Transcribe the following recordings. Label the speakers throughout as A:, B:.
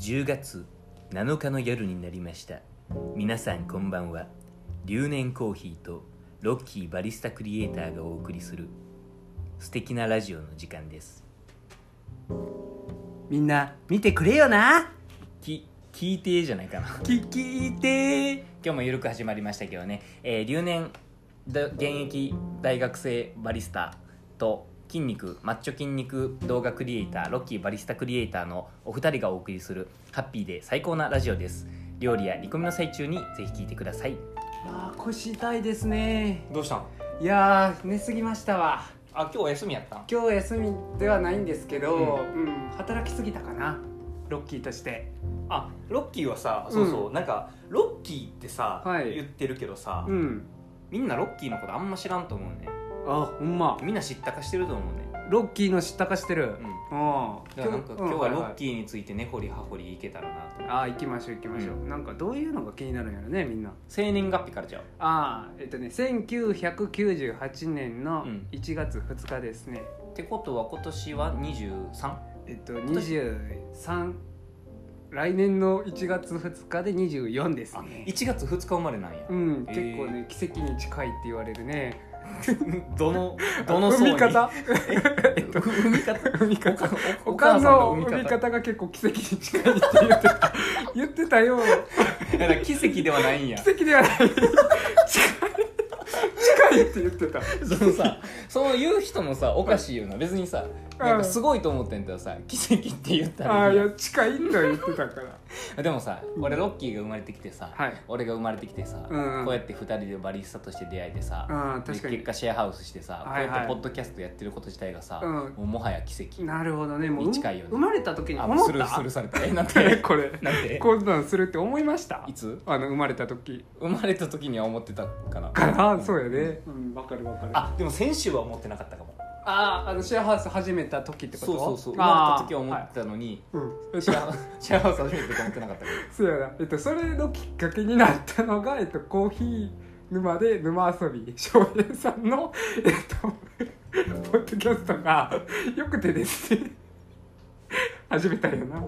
A: 10月7日の夜になりました皆さんこんばんは留年コーヒーとロッキーバリスタクリエイターがお送りする素敵なラジオの時間です
B: みんな見てくれよな
A: き聞いてーじゃないかな
B: き 聞いて
A: 今日もゆるく始まりましたけどね、えー留年だ現役大学生バリスタと筋肉マッチョ筋肉動画クリエイターロッキーバリスタクリエイターのお二人がお送りするハッピーで最高なラジオです料理や煮込みの最中にぜひ聞いてください
B: あー腰痛いですね
C: どうしたん
B: いやー寝すぎましたわ
C: あ今日お休みやったん
B: 今日休みではないんですけど、うん働きすぎたかなロッキーとして
C: あロッキーはさそうそう、
B: う
C: なんかロッキーってさ、
B: はい
C: 言ってるけどさ、
B: ん
A: みんなロッキーのことあんま知らんと思うね
B: あほんま
A: みんな知ったかしてると思うね
B: ロッキーの知ったかしてる
A: うん
B: あ
A: だからなんか今日はロッキーについて根掘り葉掘りいけたらなと
B: ああー行きましょう行きましょう、
A: う
B: なんかどういうのが気になるんやろねみんな
A: 生年月日からじゃあ
B: ああえっとね1998年の
A: うん
B: 1月2日ですね、
A: ってことは今年は 23?
B: えっと
A: 今年
B: 23来年の1月2日で24です
A: あ
B: ね
A: 1月2日生まれなんや
B: うん、
A: えー
B: 結構ね奇跡に近いって言われるね
A: どのどの層
B: 産
A: に
B: み 方
A: えっと産み方
B: 産み方
A: お
B: お
A: 母
B: かん
A: さんの
B: の
A: 産み
B: 産み
A: 方
B: 方が結構奇跡に近いって言ってた言ってたよ
A: だから奇跡ではないん や
B: 奇跡ではない近い近いって言ってた
A: そのさその言う人もさおかしいよな別にさなんかすごいと思ってんけどさ奇跡って言った
B: あ
A: ら
B: あ
A: い
B: い
A: いや
B: や近いんだ言ってたから
A: んでもさ俺ロッキーが生まれてきてさ、
B: はい
A: 俺が生まれてきてさ、
B: うんうん
A: こうやって2人でバリスタとして出会えてさ、
B: うん
A: で
B: 確か
A: 結
B: に
A: 果シェアハウスしてさ、
B: はいは
A: こうやっ
B: い
A: てポッドキャストやってること自体がさ、
B: うん
A: もうもはや奇跡
B: なるほどねもう
A: 近いよね
B: 生まれた時に
A: あもう
B: 思
A: ス
B: っ
A: ルースルー
B: た
A: されたえなん で
B: えこれ
A: なんで
B: こんなんするって思いました
A: いつ
B: あの生まれた時
A: 生まれた時には思ってたかな
B: からそうやねうんわかるわかるあ
C: あでも先週は思ってなかったかも
B: ああのシェアハウス始めた時ってこと
A: そうそうそう生まれ
B: あー
A: た時は思ってたのに、
B: はいうんえっ
A: シ
B: と
A: ェアシェアハウス初めてと思ってなかったけど
B: そうやなえっとそれのきっかけになったのがえっとコーヒー沼で沼遊び翔平さんの えっとポッドキャストがよくてですね始めたよな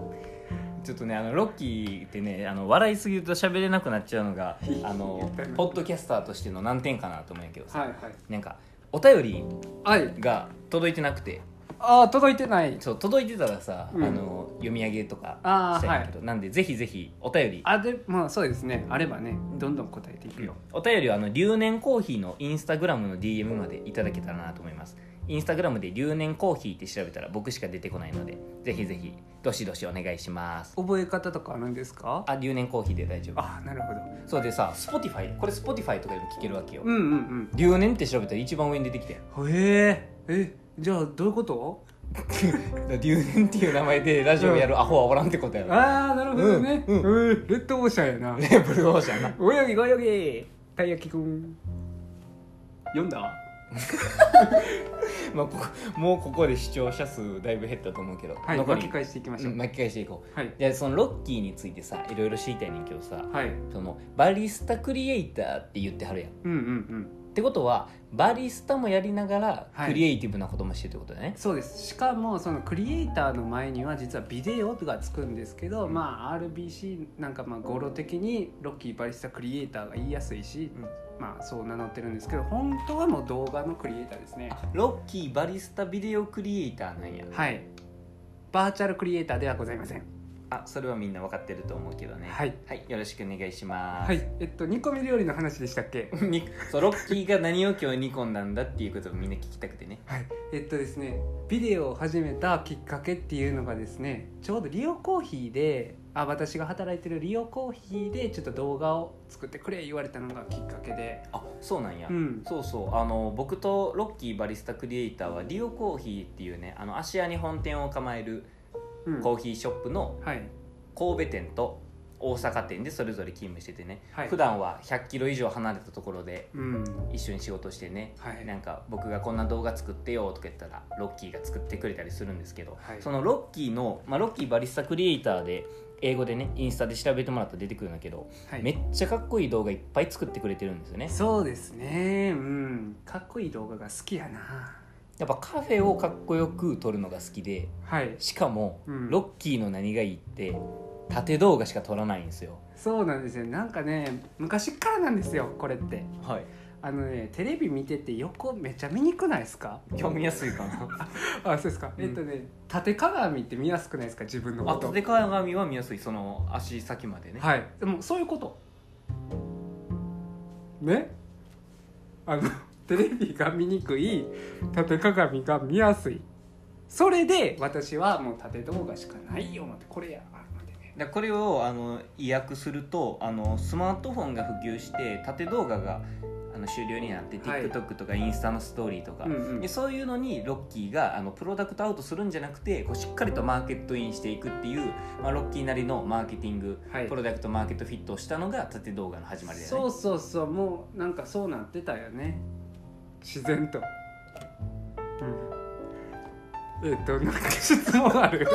A: ちょっとねあのロッキーってねあの笑いすぎると喋れなくなっちゃうのがあのポッドキャスターとしての難点かなと思うんやけどさ、
B: はい
A: なんかお便り
B: はいはい
A: が届いてなくて
B: ああ届いてない
A: そう届いてたらさ、
B: うん
A: あの読み上げとか
B: あー
A: したいんやけど、なんでぜひぜひお便り
B: あでまあそうですねあればねどんどん答えていくよ
A: お便りはあの留年コーヒーのインスタグラムの DM までいただけたらなと思いますインスタグラムで留年コーヒーって調べたら僕しか出てこないのでぜひぜひどしどしお願いします
B: 覚え方とかあるんですか
A: あ留年コーヒーで大丈夫
B: あなるほど
A: そうでさ Spotify これ Spotify とかでも聞けるわけよ、
B: うんうん
A: 留年って調べたら一番上に出てきて
B: うんへええじゃあどういうこと
A: 留年っていう名前でラジオやるアホはおらんってことやろ
B: ああなるほどね、
A: うん
B: うんレッドオーシャンやな
A: ねブルーオーシャンな
B: 泳ぎ泳ぎたい焼きくん読んだ
A: まあ、ここもうここで視聴者数だいぶ減ったと思うけど、
B: はい
A: 残り
B: 巻き返していきまし
A: う
B: ょうん
A: 巻き返していこう
B: はい
A: でそのロッキーについてさいろいろ知りたいねんけどさ、
B: はい
A: そのバリスタクリエイターって言ってはるやんっ
B: うんうんうん
A: てことはバリスタもやりながら
B: はい
A: クリエイティブなこともしてるってことだね、
B: そうですしかもそのクリエイターの前には実はビデオがつくんですけど、まあ RBC なんかまあ語呂的にロッキーバリスタクリエイターが言いやすいし、
A: うん
B: まあそう名乗ってるんですけど本当はもう動画のクリエイターですね
A: ロッキーバリスタビデオクリエイターなんや
B: はいバーチャルクリエイターではございません
A: あそれはみんな分かってると思うけどね
B: はい、
A: よろしくお願いします、
B: はいえっと煮込み料理の話でしたっけ
A: にそうロッキーが何を今日煮込んだんだっていうことをみんな聞きたくてね
B: はい、えっとですねビデオを始めたきっかけっていうのがですねちょうどリオコーヒーであ私が働いてるリオコーヒーでちょっと動画を作ってくれ言われたのがきっかけで
A: あそうなんや、
B: うん
A: そうそうあの僕とロッキーバリスタクリエイターはリオコーヒーっていうねあの芦屋に本店を構える
B: うん
A: コーヒーショップの
B: はい
A: 神戸店と大阪店でそれぞれ勤務しててね、
B: はい
A: 普段は100キロ以上離れたところで
B: うん
A: 一緒に仕事してね
B: はい
A: なんか僕がこんな動画作ってよとか言ったらロッキーが作ってくれたりするんですけど、
B: はい
A: そのロッキーの、まあ、ロッキーバリスタクリエイターで英語でねインスタで調べてもらったら出てくるんだけど、
B: はい
A: めっちゃかっこいい動画いっぱい作ってくれてるんですよね
B: そうですねうんかっこいい動画が好きやな
A: やっぱカフェをかっこよく撮るのが好きで
B: はい
A: しかも、
B: うん
A: ロッキーの何がいいって縦動画しか撮らないんですよ
B: そうなんですよなんかね昔っからなんですよこれって
A: はい
B: あのねテレビ見てて横めっちゃ見にくないですか
C: 興味やすいかな
B: あそうですか、
A: うん
B: えっとね縦鏡って見やすくないですか自分の こ
A: あ
B: と
A: 縦鏡は見やすいその足先までね、
B: はいでもそういうことねあの テレビが見にくい縦鏡が見やすいそれで私はもう縦動画しかないよってこれやあ待ってね
A: でこれをあの意訳するとあのスマートフォンが普及して縦動画があの終了になって、
B: はい
A: TikTok とかインスタのストーリーとか、
B: うんうん
A: でそういうのにロッキーがあのプロダクトアウトするんじゃなくてこうしっかりとマーケットインしていくっていう、まあ、ロッキーなりのマーケティング、
B: はい
A: プロダクトマーケットフィットをしたのが縦動画の始まりだよ
B: そ
A: ね
B: うそうそうもうなんかそうなってたよね自然とうんえっ、となんか質問ある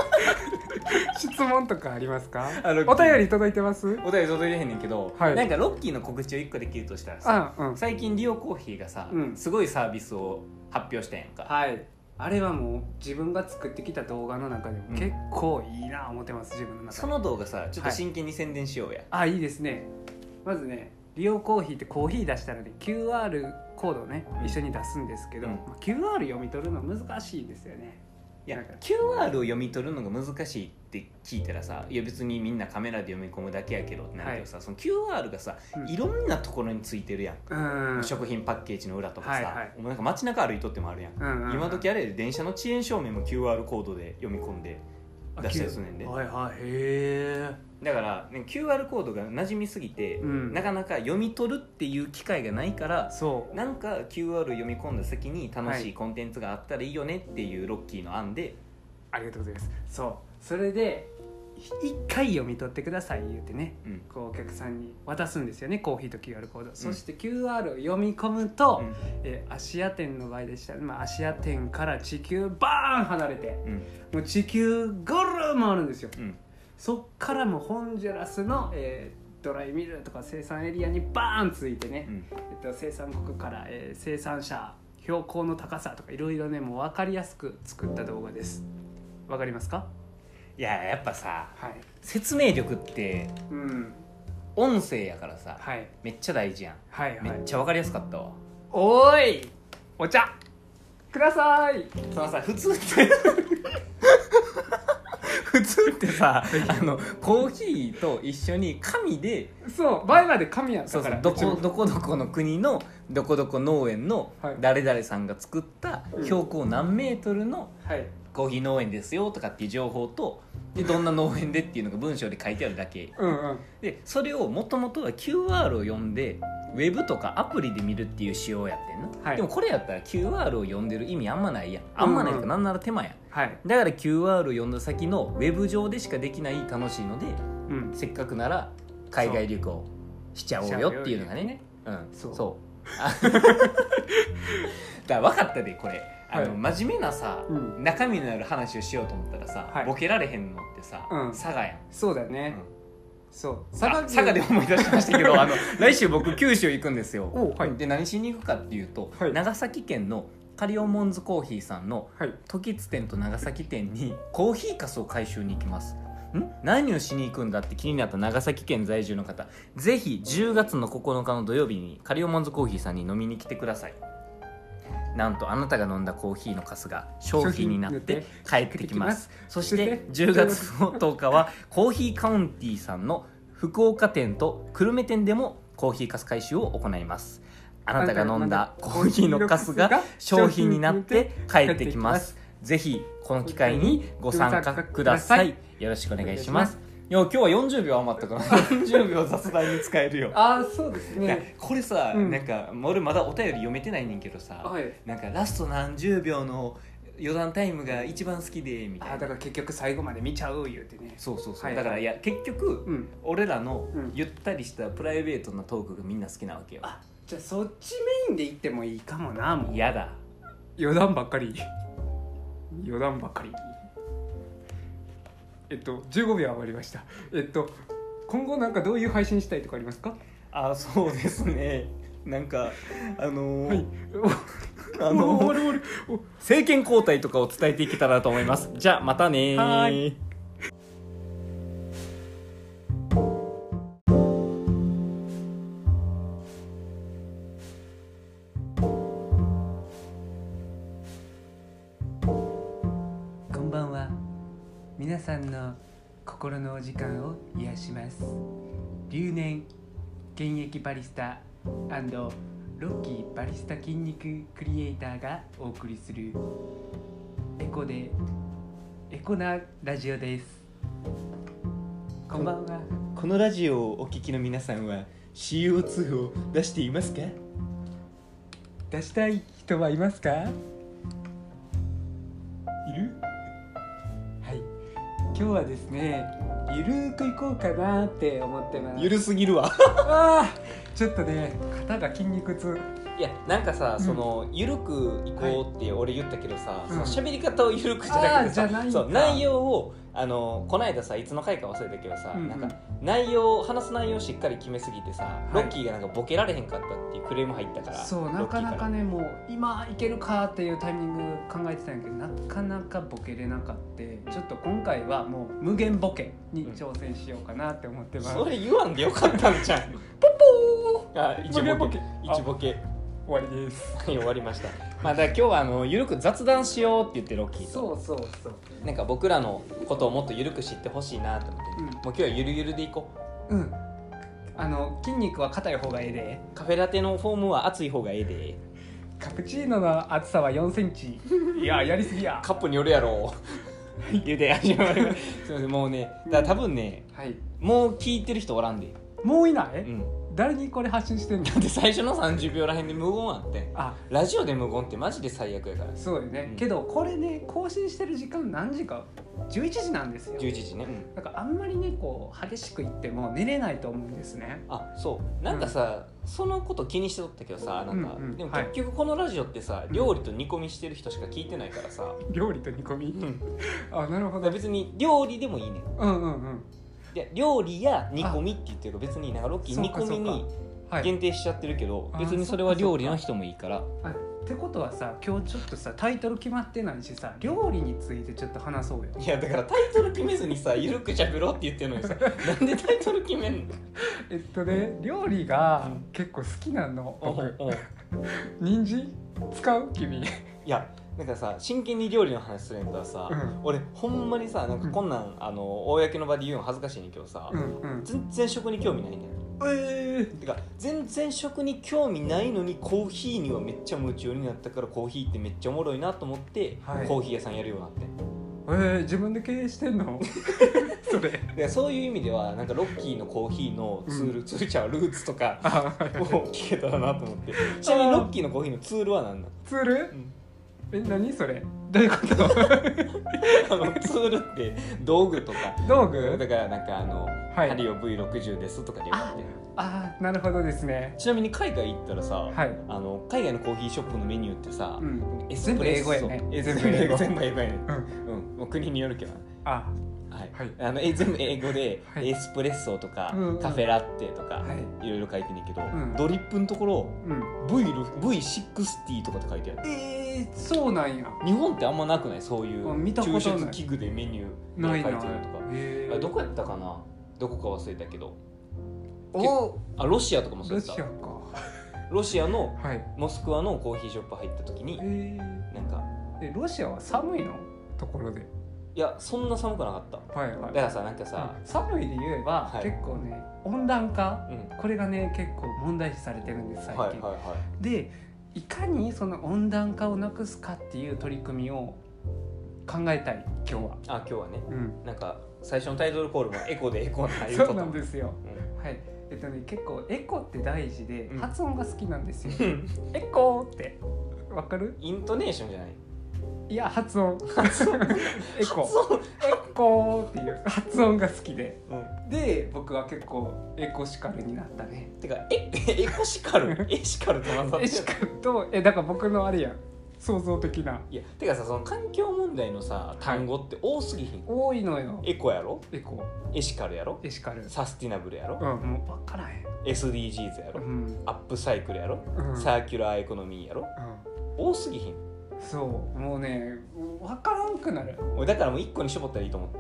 B: 質問とかありますか
A: あロッキー
B: お便り届いてます
A: お便り届いてへんねんけど、
B: はい
A: なんかロッキーの告知を1個できるとしたらさ
B: あうん
A: 最近リオコーヒーがさ、
B: うん
A: すごいサービスを発表したやんか、
B: はいあれはもう自分が作ってきた動画の中でも結構いいな思ってます自分の中
A: そ
B: で
A: の動画さちょっと
B: はい
A: 真剣に宣伝しようや、
B: あいいですねまずね利用コーヒーってコーヒー出したらね QR コードをね
A: うん
B: 一緒に出すんですけど、
A: うん
B: まあ QR 読み取るの難しいんですよね
A: いや
B: なんか
A: QR を読み取るのが難しいって聞いたらさいや別にみんなカメラで読み込むだけやけどってなるけどさ、その QR がさ
B: うん
A: いろんなところについてるやん、
B: うん
A: 食品パッケージの裏とかさ、
B: はいはい
A: お前なんか街中歩いとってもあるやん、
B: うんうん
A: 今時あれで電車の遅延証明も QR コードで読み込んで出したりするねんで
B: はいはいへえ
A: だから、ね、QR コードが馴染みすぎて、
B: うん
A: なかなか読み取るっていう機会がないから
B: そう
A: なんか QR を読み込んだ先に楽
B: は
A: しい
B: い
A: コンテンツがあったらいいよねっていうロッキーの案で、
B: ありがとうございますそうそれで一回読み取ってください言うてね
A: うん
B: こうお客さんに渡すんですよねコーヒーと QR コード、そして QR を読み込むと、
A: うん
B: えーアシア店の場合でしたら、まあ、アシア店から地球バーン離れて
A: うん
B: もう地球ぐるー回るんですよ
A: うん、
B: そっからもうホンジュラスの、えードライミルとか生産エリアにバーンついてね、
A: うん
B: えっと、生産国から、えー生産者標高の高さとかいろいろねもう分かりやすく作った動画ですわかりますか
A: いややっぱさ
B: はい
A: 説明力って
B: うん
A: 音声やからさ
B: はい
A: めっちゃ大事やん、
B: はいは
A: め
B: い
A: っちゃ分かりやすかったわ
B: おーいお茶ください
A: そのさ普通って 普通ってさあのコーヒーと一緒に紙で
B: そう前まで神やっ
A: そ
B: た
A: うそ
B: か
A: う
B: ら
A: どこ
B: うちも
A: どこどこの国のどこどこ農園の
B: はい
A: 誰々さんが作った
B: うん
A: 標高何メートルの
B: はい
A: コーヒー農園ですよとかっていう情報とでどんな農園でっていうのが文章で書いてあるだけ
B: うんうん
A: でそれをもともとは QR を読んでウェブとかアプリで見るっていう仕様やってんな、
B: はい
A: でもこれやったら QR を読んでる意味あんまないやんあんまないと
B: うん
A: か
B: うん
A: なんなら手間やん
B: はい
A: だから QR を読んだ先のウェブ上でしかできない楽しいので
B: うん
A: せっかくなら海外旅行しちゃおうよっていうのがねうん、
B: そ
A: そううあ だから分かったでこれあの、
B: は
A: 真面目なさ、
B: うん
A: 中身のある話をしようと思ったらさ、
B: はい
A: ボケられへんのってさ、
B: うん
A: 佐賀やん
B: そうだね、
A: うん
B: そう
A: 佐賀佐賀で思い出しましたけどあの 来週僕九州行くんですよ、
B: おうはい
A: で何しに行くかっていうと、
B: はい
A: 長崎県のカリオモンズコーヒーさんの
B: はい
A: 時津店と長崎店にコーヒーかすを回収に行きますん何をしに行くんだって気になった長崎県在住の方ぜひ10月の9日の土曜日にカリオモンズコーヒーさんに飲みに来てくださいなんとあなたが飲んだコーヒーのカスが商品になって帰ってきますそして10月の10日はコーヒーカウンティーさんの福岡店と久留米店でもコーヒーかす回収を行いますあなたが飲んだコーヒーのカスが商品になって帰ってきますぜひこの機会にご参加くださいよろしくお願いしますいや今日は40秒余ったから40秒雑談に使えるよ
B: ああそうです
A: いや
B: ね
A: これさ、
B: うん
A: なんか俺まだお便り読めてないねんけどさ、
B: はい
A: なんかラスト何十秒の余談タイムが一番好きでみ
B: あ
A: たい
B: ー
A: な
B: だから結局最後まで見ちゃう言うてね
A: そうそうそう、
B: はい
A: だからいや結局、
B: うん
A: 俺らの
B: うん
A: ゆったりしたプライベートなトークがみんな好きなわけよ
B: あじゃあそっちメインで行ってもいいかもなもう
A: 嫌だ
B: 余談ばっかり余談ばっかりえっと15秒余りましたえっと今後なんかどういう配信したいとかありますか
A: あそうですねなんかあのー
B: はい
A: あ
B: お
A: のー
B: 終わる終わるお
A: 政権交代とかを伝えていけたらと思いますじゃあまたねー
B: はーい皆さんの心のお時間を癒します留年現役バリスタロッキーバリスタ筋肉クリエイターがお送りするエコでエコなラジオですこんばんは
D: このラジオをお聞きの皆さんは CO2 を出していますか
B: 出したい人はいますかいるはい今日はですねゆるーくいこうかなって思ってます
D: ゆるすぎるわ
B: あーちょっとね肩が筋肉痛
A: いやなんかさ
B: うん
A: その緩くいこうって俺言ったけどさ
B: ん
A: その喋り方を緩くじゃなくて
B: あーじゃない
A: さ
B: ん
A: そ
B: だ
A: う内容をあのこの間さいつの回か忘れたけどさ
B: うんうん
A: なんか内容を話す内容をしっかり決めすぎてさ
B: い
A: ロッキーがなんかボケられへんかったっていうクレーム入ったから
B: そう
A: ロッ
B: な
A: キー
B: からなかねもう今いけるかっていうタイミング考えてたんやけどなかなかボケれなかってちょっと今回はもう無限ボケに挑戦しようかなって思ってます、
A: それ言わんでよかったんじゃ んあ一
B: 無限
A: ボ
B: ボケ
A: ケ一ボケ
B: 終わりです
A: はい終わりましたまあだから今日はあの緩く雑談しようって言ってロッキーと
B: そうそうそう
A: なんか僕らのことをもっと緩く知ってほしいなと思って、
B: うん
A: もう今日はゆるゆるでいこう
B: うんあの筋肉は硬い方がええで
A: カフェラテのフォームは熱い方がええで
B: カプチーノの厚さは4セン チいややりすぎや
A: カップによるやろ 言うて始まりましたすいませんもうねだから多分ね
B: はい
A: もう聞いてる人おらんで、
B: もういな
A: う
B: い、
A: ん、
B: 誰にこれ発信してんの
A: だって最初の30秒らへんで無言あってん
B: あ
A: ラジオで無言ってマジで最悪やから
B: そうよね、
A: うん
B: けどこれね更新してる時間何時か11時なんですよ
A: 11時ね、うん
B: なんかあんまりねこう激しく言っても寝れないと思うんですね
A: あそうなんかさ、そのこと気にしてとったけどさなんか、
B: うんうん
A: でも
B: はい
A: 結局このラジオってさ、料理と煮込みしてる人しか聞いてないからさ、
B: 料理と煮込み
A: うん、だ
B: あなるほ
A: から
B: ど
A: 別に料理でもいいねん
B: うんうんうん
A: で料理や煮込みって言ってるから別になんかロッキー
B: そう
A: 煮
B: か
A: 込みに
B: はい
A: 限定しちゃってるけど、
B: あー
A: 別にそれは料理の人もいいから
B: あってことはさ今日ちょっとさタイトル決まってないしさ料理についてちょっと話そうよ
A: いやだからタイトル決めずに さ「ゆるくしゃべろう」って言ってるのにさなんでタイトル決めんの
B: えっとね料理が結構好きなの僕
A: おおい
B: 人参使う君
A: やなんかさ真剣に料理の話するんやったらさ、
B: うん
A: 俺ほんまにさなんかこんなん、あの公の場で言うの恥ずかしいねんけどさ、
B: うんうん
A: 全然食に興味ないねん
B: え
A: てか全然食に興味ないのにコーヒーにはめっちゃ夢中になったからコーヒーってめっちゃおもろいなと思って、
B: はい
A: コーヒー屋さんやるようになってん
B: えー、自分で経営してんの それ
A: でそういう意味ではなんかロッキーのコーヒーのツール、ツールちゃうルーツとか
B: あ
A: を聞けたらなと思っ てちなみにロッキーのコーヒーのツールは何なの,、
B: ツール
A: うん、
B: え何それどうい うこと
A: あのツールって道具とかだ
B: 道具
A: からなんかあの「
B: はい
A: ハリオ V60 です」とかで言って
B: ああなるほどですね
A: ちなみに海外行ったらさ、
B: はい
A: あの海外のコーヒーショップのメニューってさ、
B: うん
A: エス
B: 全
A: プ
B: 部
A: レ
B: 英
A: ッソ
B: 語やね
A: え全部英語
B: 全
A: 全部英語やね
B: うん
A: うん、もう国によるけどな
B: あ
A: はい、
B: はい
A: あのえ全部英語で、
B: はい
A: エスプレッソとか、
B: うんうん
A: カフェラテとか、
B: はい
A: いろいろ書いてんねんけど、
B: ん
A: ドリップのところ
B: うん
A: V ル V60 とかって書いてある
B: えー、そうなんや
A: 日本ってあんまなくないそういう
B: あ見たことな
A: 昼
B: い
A: 食器具でメニューが
B: な
A: 書
B: い
A: いて
B: な
A: あ
B: い
A: るとか
B: え
A: あどこやったかなどこか忘れたけど
B: お
A: あロシアとかもそう
B: ロ
A: やっ
B: シ
A: た
B: ア
A: ロシ
B: か
A: アの
B: はい
A: モスクワのコーヒーショップ入った時に
B: え
A: なんか
B: ー、えロシアは寒いのところで
A: いやそんな寒くなかっただ
B: はいは
A: からさなんかさ、
B: 寒いで言えば、
A: はい
B: 結構ね温暖化
A: うん
B: これがね結構問題視されてるんです最近、
A: はいはいは
B: でいかにその温暖化をなくすかっていう取り組みを考えたい今日は、
A: いあ今日はね
B: うん、
A: なんか最初のタイトルコールもエコでエコないうこ
B: そ
A: と
B: うなんですよ
A: う
B: はいえっとね結構エコって大事で、
A: うん
B: 発音が好きなんで すよ
A: ん
B: エコーってわかる
A: イントネーションじゃない
B: いや発音
A: 発音
B: エコエコーっていう発音が好きで
A: うん
B: で僕は結構エコシカルになったね
A: てかえエコシカ ルエシカルと混ざって
B: エ
A: る
B: シカルとえだから僕のあれやん創造的ない
A: やてかさその環境問題のさ単語って多すぎひん、
B: 多いのよ
A: エコやろ
B: エコ
A: エシカルやろ
B: エシカル
A: サスティナブルやろ
B: うんもう分からへん
A: SDGs や
B: う
A: ろ
B: ん
A: アップサイクルやろ
B: うん
A: サーキュラーエコノミーやろ
B: う
A: 多すぎひん
B: んそうもうね分からんくなる
A: 俺だからもう1個に絞ったらいいと思って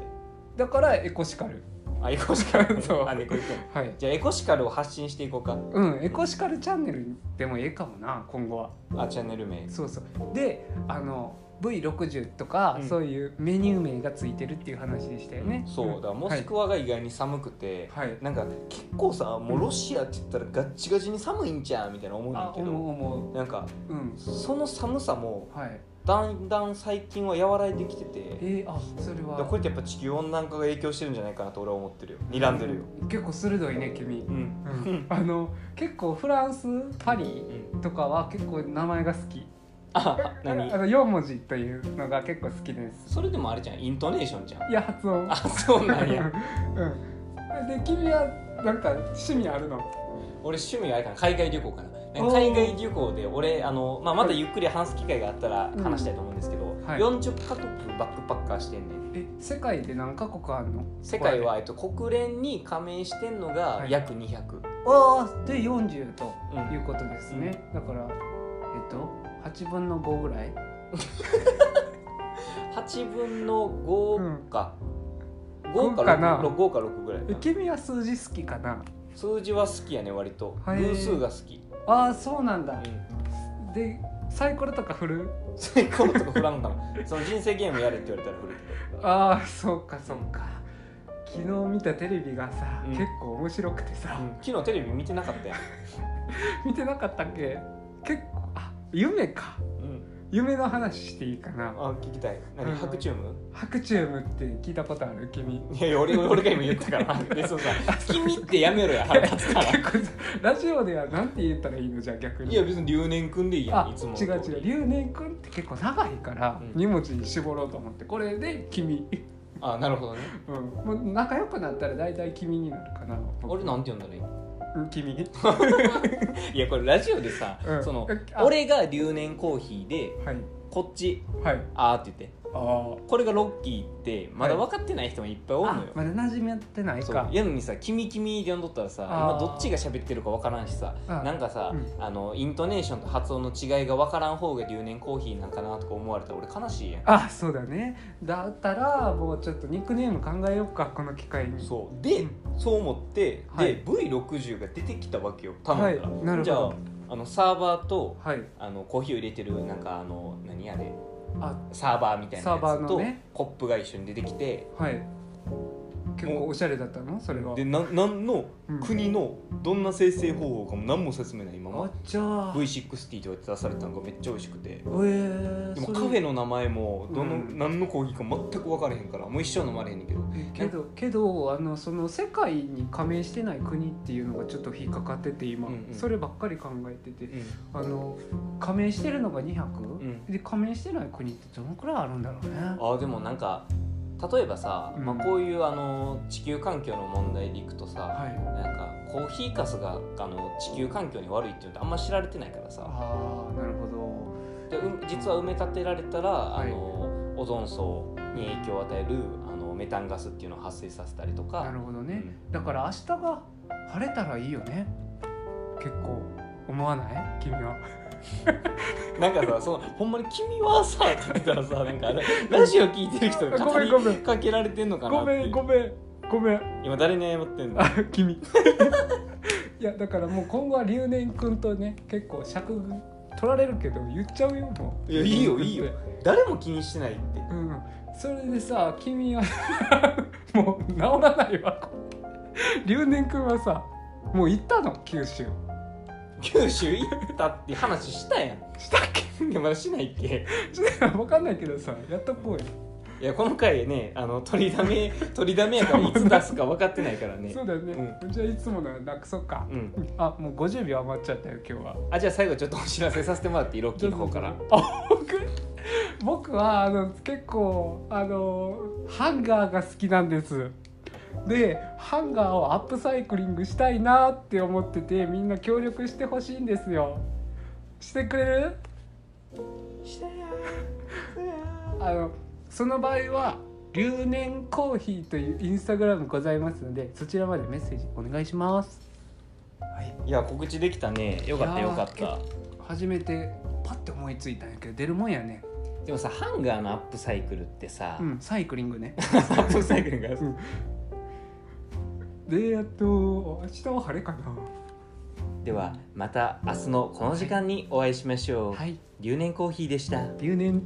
B: だからエコシカル
A: あエコシカル
B: そう
A: あエコエコ
B: はい
A: じゃあエコシカルを発信していこうか
B: うんエコシカルチャンネルでもええかもな今後は
A: あチャンネル名
B: そうそうであの V60 とか、
A: うん
B: そういうメニュー名がついてるっていう話でしたよね、
A: そうだからモスクワが意外に寒くて、
B: はい、はい、
A: なんか結構さもうロシアって言ったらガッチガチに寒いんちゃうみたいな思うん
B: あ
A: だけ
B: 思う
A: ど
B: 思
A: なんか
B: ううん
A: その寒さも
B: はい
A: だんだん最近は和らいできてて
B: えー、あそれ
A: だ
B: は
A: からこれってやっぱ地球温暖化が影響してるんじゃないかなと俺は思ってるよ睨んでるよ
B: 結構鋭いね君
A: う、ん
B: うん、あの結構フランスパリとかは結構名前が好き
A: あ
B: あ
A: 何
B: の4文字というのが結構好きです
A: それでもあれじゃんイントネーションじゃん
B: いや発音
A: あそうなんや
B: うんで君はなんか趣味あるの
A: 俺趣味があれかな海外旅行かな
B: おー
A: 海外旅行で俺あの、まあ、またゆっくり話す機会があったら話したいと思うんですけど、
B: はい
A: 40カ国バックパッカーしてんねん
B: え世界で何カ国あるの
A: 世界は、えっと、国連に加盟してんのが
B: はい
A: 約200、
B: ああで40と
A: うん
B: いうことですね、だからえっと8分の5ぐらい
A: 8分の
B: うん
A: 5か、5
B: 5
A: か
B: か
A: 6,
B: な
A: 5か6ぐらい
B: え
A: かな
B: 君は数字好きかな
A: 数字は好きやね割と
B: へー
A: 偶数が好き、
B: ああそうなんだ
A: うん、
B: でサイコロとか振る
A: 最高とか振らんかなその 人生ゲームやれって言われたら振るけど
B: ああそうかそうか昨日見たテレビがさ、
A: うん
B: 結構面白くてさ、
A: うん昨日テレビ見てなかったやん、
B: 見てなかったっけ結構あ夢か
A: うん、
B: 夢の話していいかな
A: あ聞きたい何
B: うん
A: 白チューム
B: ハクチュームって聞いたことある君
A: いやいや俺俺が今言ったからでそうさ「君」ってやめろや腹立つから
B: 結構 ラジオではなんて言ったらいいのじゃあ逆に
A: いや別に留年くんでいいやん
B: あ
A: いつも
B: 違う違う留年君って結構長いから
A: うん
B: 2文字に絞ろうと思ってこれで君、
A: あなるほどね
B: うん、もう仲良くなったら大体君になるかな僕
A: 俺なんて呼んだらいい
B: うん君
A: いやこれラジオでさ、
B: うん
A: その
B: あ
A: 俺が留年コーヒーで
B: はい
A: こっち
B: はい
A: あーって言って
B: ああ
A: これがロッキーってまだ分かってない人もいっぱいおるのよ、
B: まだ馴染みやってない
A: そう
B: か
A: やのにさ「君君」で呼んどったらさ今
B: あー
A: どっちが喋ってるか分からんしさ
B: あー
A: なんかさ、
B: う
A: あのイントネーションと発音の違いが分からん方が留年コーヒーなんかなとか思われたら俺悲しいやん
B: あそうだねだったらもうちょっとニックネーム考えようかこの機会に
A: そうで、
B: うん
A: そう思って、
B: は
A: で
B: い
A: V60 が出てきたわけよ頼んだら、
B: はいなるほど
A: じゃああのサーバーと
B: はい
A: あのコーヒーを入れてるなんかあの何あれ
B: あ
A: サーバーみたいな
B: サーバー
A: やつ
B: の
A: と、
B: ね
A: コップが一緒に出てきて
B: はい結構おしゃれだったのそれは
A: でな何の
B: うん
A: 国のどんな生成方法かも何も説明ないま
B: あ
A: ま
B: っちゃー
A: V60 とかって出されたのがめっちゃ美味しくて
B: えー、
A: でも
B: それ
A: カフェの名前もどの、
B: うん
A: 何のコーヒーか全く分からへんからもう一生飲まれへんねんけど
B: けどけどあのその世界に加盟してない国っていうのがちょっと引っかかってて今、
A: うんうん
B: そればっかり考えてて
A: う
B: あの加盟してるのが200、
A: ん
B: で加盟してない国ってどのくらいあるんだろうね
A: ん、あーでもなんか例えばさ、
B: うん
A: まあ、こういうあの地球環境の問題でいくとさ、
B: はい
A: なんかコーヒーかすがあの地球環境に悪いっていうのってあんま知られてないからさ
B: ああなるほど
A: でう実は埋め立てられたら、
B: い
A: あのオゾン層に影響を与えるあのメタンガスっていうのを発生させたりとか
B: なるほど
A: う
B: ね、
A: ん
B: だから明日が晴れたらいいよね結構思わない君は
A: なんかさそのほんまに「君はさ」って言ったら さなんかあれラジオ聞いてる 人が
B: ご
A: 語
B: めんごめ
A: り
B: ん
A: かけられてんのかな
B: ご
A: って
B: めんごめんごめん
A: 今誰に謝ってんの
B: あ君 いやだからもう今後は留年君とね結構尺取られるけど言っちゃうよもう
A: い
B: い
A: やいいよいいよ誰も気にしてないって
B: うんそれでさ君は もう治らないわ留年君はさもう行ったの九州
A: 九州行ったって話したやん
B: したっけ
A: いやまだしないっけ
B: ちょっと分かんないけどさやっとこうよ
A: いやこの回ねあの取りだ め取りだめやからいつ出すか分かってないからね
B: そうだよね、じゃあいつものはなくそっか、
A: うん
B: あもう50秒余っちゃったよ今日は
A: あじゃあ最後ちょっとお知らせさせてもらっていいロッキーの方 から
B: あ僕僕はあの結構あのハンガーが好きなんですでハンガーをアップサイクリングしたいなって思っててみんな協力してほしいんですよしてくれるあのその場合は留年コーヒーというインスタグラムございますのでそちらまでメッセージお願いします
A: いや告知できたねよかった
B: いや
A: よ
B: ー
A: かった
B: 初めてパッて思いついたんやけど出るもんやね
A: でもさハンガーのアップサイクルってさ、
B: うんサイクリングね
A: アップサイクルが
B: であと明日は晴れかな
A: ではまた明日のこの時間にお会いしましょう、
B: はい
A: 留年コーヒーでした
B: 留年